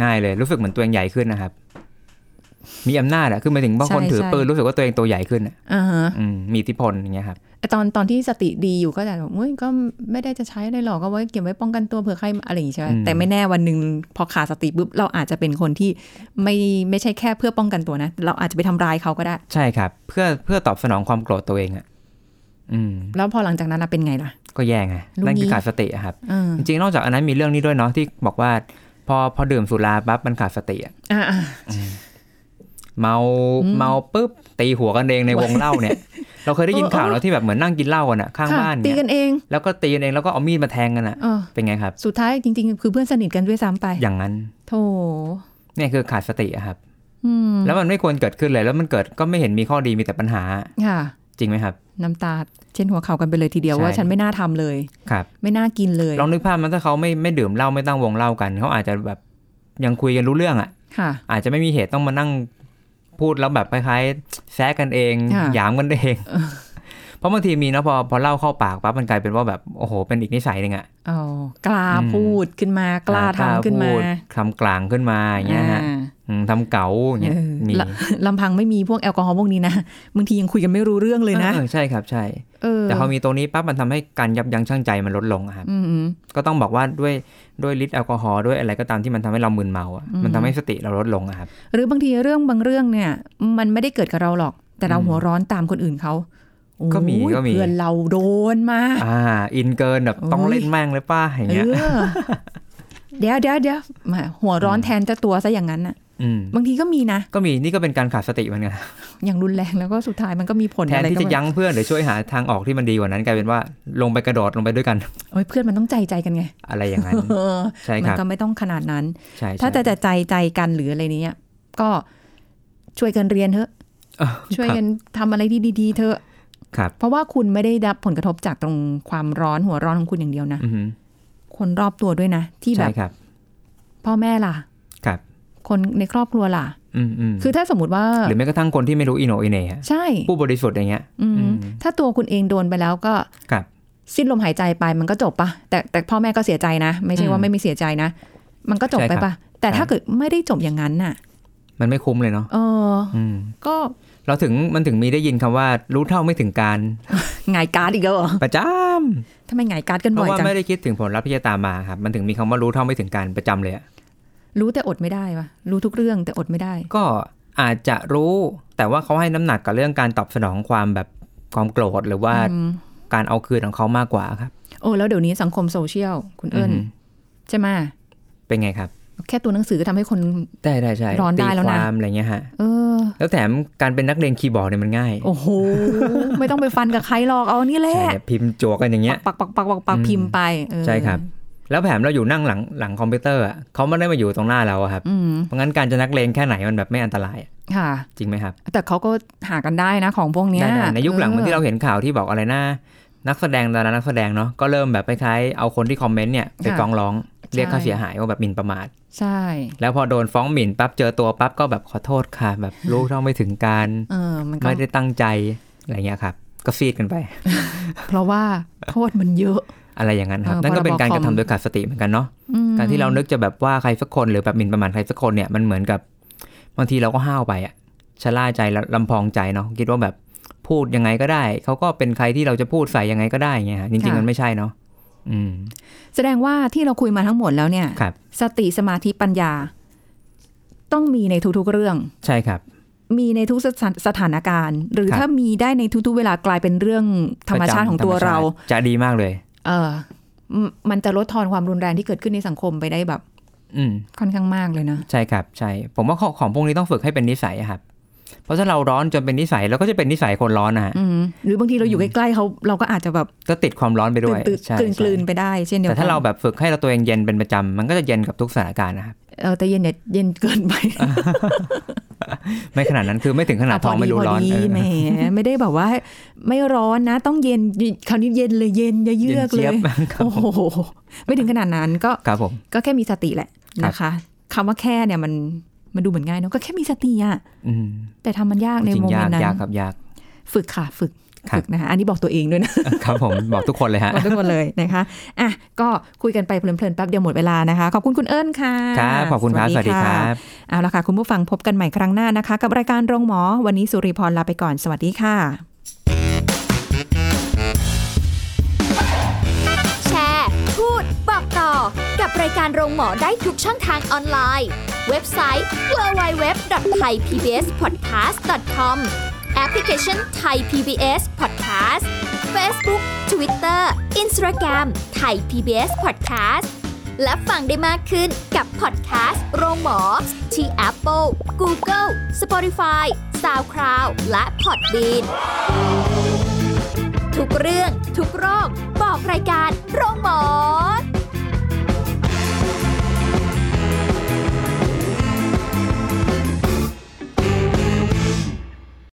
Speaker 2: ง่ายเลยรู้สึกเหมือนตัวเองใหญ่ขึ้นนะครับ มีอำนาจอะคือหมายถึงบางคน
Speaker 1: ใช่
Speaker 2: ถือ
Speaker 1: ใช่
Speaker 2: ปืนรู้สึกว่าตัวเองตัวใหญ่ขึ้นอะ
Speaker 1: อ่าฮะ
Speaker 2: อืมมีอิทธิพลอย่างเงี้ยครับ
Speaker 1: แต่ตอนตอนที่สติดีอยู่ก็จะแบบเอ้ยก็ไม่ได้จะใช้อะไรหรอกก็ไว้เก็บไว้ป้องกันตัวเผื่อใครมาอะไรอย่างงี้ใช่ไหม
Speaker 2: อืม
Speaker 1: แต่ไม่แน่วันหนึ่งพอขาดสติปุ๊บเราอาจจะเป็นคนที่ไม่ไม่ใช่แค่เพื่อป้องกันตัวนะ เราอาจจะไปทำร้ายเขาก็ได้
Speaker 2: ใช่ครับ เพื่อเพื่อตอบสนองความโกรธตัวเองอะอืม
Speaker 1: แล้วพอหลังจากนั้นน่ะเป็นไงล่ะ
Speaker 2: ก็แย่ไง
Speaker 1: ลูก
Speaker 2: นั่นคือ
Speaker 1: นี้
Speaker 2: ขาดสติอะครับ
Speaker 1: อ่า
Speaker 2: จริงๆนอกจากอันนั้นมีเรื่องนี้ด้วยเนาะที่บอกว่า พอพอดื่มสุราปั๊บมันขาดสติอะ
Speaker 1: อ่าอ่า
Speaker 2: เมา
Speaker 1: อืม
Speaker 2: เมาปุ๊บตีหัวกันเองในวงเล่า เนี่ย เราเคยได้ยิน
Speaker 1: เออ
Speaker 2: ข่าวเนาะที่แบบเหมือนนั่งกินเหล้ากันอะข้าง
Speaker 1: ค่ะ
Speaker 2: บ้าน
Speaker 1: ตี
Speaker 2: เนี่ย
Speaker 1: กันเอง
Speaker 2: แล้วก็ตีกันเองแล้วก็เอามีดมาแทงกันอะ
Speaker 1: เออ
Speaker 2: เป็นไงครับ
Speaker 1: สุดท้ายจริง ๆ คือเพื่อนสนิทกันด้วยซ้ำไป
Speaker 2: อย่างนั้น
Speaker 1: โถ
Speaker 2: เนี่ยคือขาดสติอะครับ
Speaker 1: อืม
Speaker 2: แล้วมันไม่ควรเกิดขึ้นเลยแล้วมันเกิดก็ไม่เห็นมีข้อดีมีแต่ปัญหา
Speaker 1: ค่ะ
Speaker 2: จริงไหมครับ
Speaker 1: น้ำตาเช่นหัวเข่ากันไปเลยทีเดียว
Speaker 2: ใช่
Speaker 1: ว่าฉันไม่น่าทำเลย
Speaker 2: ครับ
Speaker 1: ไม่น่ากินเลย
Speaker 2: ลองนึกภาพมันถ้าเขาไม่ไม่ดื่มเหล้าไม่ตั้งวงเหล้ากันเขาอาจจะแบบยังคุยกันรู้เรื่องอ่ะ
Speaker 1: ค่ะ
Speaker 2: อาจจะไม่มีเหตุต้องมานั่งพูดแล้วแบบคล้ายๆแซะกันเอง
Speaker 1: ค่ะ
Speaker 2: หยามกัน เอง เพราะบางทีมีนะพอพอเหล้าเข้าปากปั๊บมันกลายเป็นว่าแบบโอ้โหเป็นอีกนิสัยหนึ่งอ่ะ
Speaker 1: อ๋อกล้าพูดขึ้นมากล้าทำขึ้นมา
Speaker 2: พูดคำกลางขึ้นมาอย่างเงี้ยฮะ
Speaker 1: อ่า
Speaker 2: อืมทำเก๋าอย่างเงี้ย
Speaker 1: เออ
Speaker 2: มี
Speaker 1: ละ ลำพังไม่มีพวกแอลกอฮอล์พวกนี้นะ บางทียังคุยกันไม่รู้เรื่องเลยนะ
Speaker 2: เออใช่ครับใช่
Speaker 1: เออ
Speaker 2: แต่พอมีตัวนี้ปั๊บมันทำให้การยับยั้งชั่งใจมันลดลงอะครับ
Speaker 1: อืมอืม
Speaker 2: ก็ต้องบอกว่าด้วยด้วยฤทธิ์แอลกอฮอล์ด้วยอะไรก็ตามที่มันทำให้เรามึนเมาอะ
Speaker 1: อืม
Speaker 2: มันทำให้สติเราลดลงอะครับ
Speaker 1: หรือบางทีเรื่องบางเรื่องเนี่ย มันไม่ได้เกิดกับเราหรอก แต่เรา
Speaker 2: อืม
Speaker 1: หัวร้อนตามคนอื่นเขา
Speaker 2: ก็มี
Speaker 1: โอ้ย
Speaker 2: ก็มี
Speaker 1: เพื่อนเราโดนมา
Speaker 2: อ่า อินเกินแบบต้อง
Speaker 1: โอ้ย
Speaker 2: เล่นแม่งเลยป้าอย่าง
Speaker 1: เอ
Speaker 2: เงี้ย
Speaker 1: อ เดี๋ยวเดี๋ยวเดี๋ยวแหมหัวร้อนแทนเจ้าตัวซะอย่างนั้นอ่ะ
Speaker 2: อืม
Speaker 1: บางทีก็มีนะ
Speaker 2: ก็มีนี่ก็เป็นการขาดสติเหมือนกัน
Speaker 1: อย่างรุนแรงแล้วก็สุดท้ายมันก็มีผล
Speaker 2: แทน
Speaker 1: อะไร
Speaker 2: ที่
Speaker 1: ก็
Speaker 2: จะ
Speaker 1: ไม่
Speaker 2: ยั้งเพื่อนหรือช่วยหาทางออกที่มันดีกว่านั้นกลายเป็นว่าลงไปกระโดดลงไปด้วยกัน
Speaker 1: โอ้ยเพื่อนมันต้องใจใจกันไง
Speaker 2: อะไรอย่างนั้น
Speaker 1: เออ
Speaker 2: ใช่
Speaker 1: มั
Speaker 2: ครับ
Speaker 1: ก็ไม่ต้องขนาดนั้น
Speaker 2: ใช่ใช่
Speaker 1: ถ้าจะจะใจใจกันหรืออะไรเนี้ยก็ช่วยกันเรียนเถอะ
Speaker 2: เออ
Speaker 1: ช่วยกันทำอะไรที่ดีๆเถอะ
Speaker 2: ครับ
Speaker 1: เพราะว่าคุณไม่ได้รับผลกระทบจากตรงความร้อนหัวร้อนของคุณอย่างเดียวนะ
Speaker 2: อือฮึ
Speaker 1: คนรอบตัวด้วยนะ ที่แบ
Speaker 2: ใช่
Speaker 1: บ
Speaker 2: ครับ
Speaker 1: พ่อแม่ล่ะ
Speaker 2: ครับ
Speaker 1: คนในครอบครัวล่ะ
Speaker 2: อืมอืม
Speaker 1: คือถ้าสมมติว่า
Speaker 2: หรือแม้กระทั่งคนที่ไม่รู้อินโนอินเหน่ฮะ
Speaker 1: ใช่
Speaker 2: ผู้บริสุทธิ์อย่างเงี้ย
Speaker 1: อืม
Speaker 2: อืม
Speaker 1: ถ้าตัวคุณเองโดนไปแล้วก็
Speaker 2: ครับ
Speaker 1: สิ้นลมหายใจไปมันก็จบปะแต่แต่พ่อแม่ก็เสียใจนะ ไม่ใช่
Speaker 2: อื
Speaker 1: ว่าม ไม่มีเสียใจนะ มันก็จบ
Speaker 2: ใช่
Speaker 1: ไป
Speaker 2: ครับ
Speaker 1: ปะแต่
Speaker 2: ใช่
Speaker 1: ถ้าเกิดไม่ได้จบอย่างนั้นน่ะ
Speaker 2: มันไม่คุ้มเลยเนาะ
Speaker 1: เออ
Speaker 2: อืม
Speaker 1: ก็
Speaker 2: เราถึงมันถึงมีได้ยินคำว่ารู้เท่าไม่ถึงการ
Speaker 1: หงายการ์ดอีกแล้วเหรอ
Speaker 2: ประจำ
Speaker 1: ทำไมหงายการ์ดกัน
Speaker 2: เพ
Speaker 1: บ่อย
Speaker 2: ราะว่า
Speaker 1: จัง
Speaker 2: ไม่ได้คิดถึงผลลัพธ์ที่จะตามมาครับ มันถึงมีคำว่ารู้เท่าไม่ถึงการประจำเลยอะ
Speaker 1: รู้แต่อดไม่ได้ปะรู้ทุกเรื่องแต่อดไม่ได้
Speaker 2: ก็อาจจะรู้แต่ว่าเขาให้น้ำหนักกับเรื่องการตอบสนองความแบบความโกรธหรือว่า
Speaker 1: อืม
Speaker 2: การเอาคืนของเขามากกว่าครับ
Speaker 1: โอ้แล้วเดี๋ยวนี้สังคมโซเชียลคุณเอิญ
Speaker 2: อืม
Speaker 1: ใช่ไหม
Speaker 2: เป็นไงครับ
Speaker 1: แค่ตัวหนังสือก็ทำให้คน
Speaker 2: ได้ได้ใช่
Speaker 1: ร้อนได้แล้วนะ
Speaker 2: ตีความอะไรเงี้ยฮะ
Speaker 1: เออ
Speaker 2: แล้วแถมการเป็นนักเรียนคีย์บอร์ดเนี่ยมันง่าย
Speaker 1: โอ้โห ไม่ต้องไปฟันกับใครหรอกเอาอันนี่แหละ
Speaker 2: ใช่เนี่ยพิมพ์จัวกันอย่างเงี้ย
Speaker 1: ปักปักปักปักปัก
Speaker 2: อืม
Speaker 1: พิมพ์ไปเออ
Speaker 2: ใช่ครับ แล้วแถมเราอยู่นั่งหลังหลังคอมพิวเตอร์อะเขาไม่ได้มาอยู่ตรงหน้าเราอะครับ
Speaker 1: อืม
Speaker 2: เพราะงั้นการจะนักเลงแค่ไหนมันแบบไม่อันตรายอะ
Speaker 1: ค่ะ
Speaker 2: จริงไหมครับ
Speaker 1: แต่เขาก็หากันได้นะของพวกเนี้ย
Speaker 2: ได้ๆในยุคหลังเหมือนที่
Speaker 1: ออ
Speaker 2: เราเห็นข่าวที่บอกอะไรนะนักแสดงดารานักแสดงเนาะก็เริ่มแบบคล้ายๆเอาคนที่คอมเมนต์เนี่ยไป
Speaker 1: ค่ะ
Speaker 2: ฟ้องร้องเรียก
Speaker 1: ใช่
Speaker 2: ค่าเสียหายว่าแบบหมิ่นประมาท
Speaker 1: ใช่
Speaker 2: แล้วพอโดนฟ้องหมิ่นปั๊บเจอตัวปั๊บก็แบบขอโทษค่ะ แบบรู้เท่าไม่ถึงการ
Speaker 1: เออมันก็
Speaker 2: ไม่ได้ตั้งใจอะไรเงี้ยครับ ก็ฟีดกันไป
Speaker 1: เพราะว่าโทษมันเยอะ
Speaker 2: อะไรอย่างนั้นครับ
Speaker 1: เออ
Speaker 2: นั่นก็เป็นการ
Speaker 1: พรบคอม
Speaker 2: กระทำโดยขาดสติเหมือนกันเนาะ
Speaker 1: อืม
Speaker 2: การที่เรานึกจะแบบว่าใครสักคนหรือแบบหมิ่นประมาทใครสักคนเนี่ยมันเหมือนกับบางทีเราก็ห้าวไปอะชะล่าใจแล้วลำพองใจเนาะคิดว่าแบบพูดยังไงก็ได้เขาก็เป็นใครที่เราจะพูดใส่ยังไงก็ได้อย่างเงี้ยฮะจริงๆมันไม่ใช่เนาะ อืม
Speaker 1: แสดงว่าที่เราคุยมาทั้งหมดแล้วเนี่ย
Speaker 2: ครับ
Speaker 1: สติสมาธิปัญญา ต้องมีในทุกๆเรื่อง
Speaker 2: ใช่ครับ
Speaker 1: มีในทุกสถานสถานการณ์ หรือ
Speaker 2: ครับ
Speaker 1: ถ้ามีได้ในทุกๆ เวลากลายเป็นเรื่องธรรมชาติของตัวเรา
Speaker 2: ประจำธมชติจะดีมากเลย
Speaker 1: เออมมันจะลดทอนความรุนแรงที่เกิดขึ้นในสังคมไปได้แบบ
Speaker 2: อืม
Speaker 1: ค่อนข้างมากเลยนะ
Speaker 2: ใช่ครับ ใช่ ผมว่าของของพวกนี้ต้องฝึกให้เป็นนิสัยอะครับ เพราะถ้าเราร้อนจนเป็นนิสัยเราก็จะเป็นนิสัยคนร้อนนะฮะ
Speaker 1: อืมหรือบางทีเราอยู่ใกล้ๆเขาเราก็อาจจะแบบ
Speaker 2: ก็ติดความร้อนไปด้วย
Speaker 1: ตื่น
Speaker 2: ใช่
Speaker 1: ๆกลืนกลืน
Speaker 2: ใช่
Speaker 1: ไปได้เช่นเดียวกั
Speaker 2: แต่ถ้าเราแบบฝึกให้เราตัวเองเย็นเป็นประจำมันก็จะเย็นกับทุกสถานการณ์นะครับ
Speaker 1: เออแต่เย็นเนี่ยเย็นเกินไป
Speaker 2: ไม่ขนาดนั้นคือไม่ถึงขนาด
Speaker 1: ะพ
Speaker 2: ท้องไม่รู้ร้อน
Speaker 1: พ
Speaker 2: เออ
Speaker 1: แหมไม่ได้แบบว่า ไม่ร้อนนะ ต้องเย็นคราวนี้เย็นเลยเย็นอย่าเยือกเลย
Speaker 2: เย็นเจี๊ยบ
Speaker 1: โอ้โหไม่ถึงขนาดนั้นก็
Speaker 2: ครับผม
Speaker 1: ก็แค่มีสติแหละ
Speaker 2: ครับ
Speaker 1: นะคะคำว่าแค่เนี่ยมันมันดูเหมือนง่ายเนอะก็แค่มีสติอะ
Speaker 2: อืม
Speaker 1: แต่ทำมันยากใน
Speaker 2: จริง
Speaker 1: โมเม
Speaker 2: ยานก
Speaker 1: ต์นั้น
Speaker 2: ยากครับยาก
Speaker 1: ฝึกค่ะฝึก
Speaker 2: ครับ
Speaker 1: ฝึกนะคะอันนี้บอกตัวเองด้วยนะ
Speaker 2: ครับผมบอกทุกคนเลยฮะ
Speaker 1: บอกทุกคนเลยนะคะอ่ะก็คุยกันไปเพลินๆแป๊บเดียวหมดเวลานะคะ ขอบคุณคุณเอิญค่ะ
Speaker 2: ครับ ขอบคุณครับ สวัสดีค
Speaker 1: ค่ะ
Speaker 2: รับ
Speaker 1: เอาละค่ะคุณผู้ฟังพบกันใหม่ครั้งหน้านะคะ กับรายการโรงหมอ วันนี้สุริพรลาไปก่อนสวัสดีค่ะ
Speaker 3: แชร์ พูด บอกต่อ กับรายการโรงหมอได้ทุกช่องทางออนไลน์ เว็บไซต์ www.thaipbspodcast.com แอปพลิเคชัน Thai PBS Podcast Facebook Twitter Instagram Thai PBS Podcast และฟังได้มากขึ้นกับพอดแคสต์โรงหมอ ที่ Apple, Google, Spotify, SoundCloud และ Podbean ทุกเรื่องทุกโรค บอกรายการโรงหมอ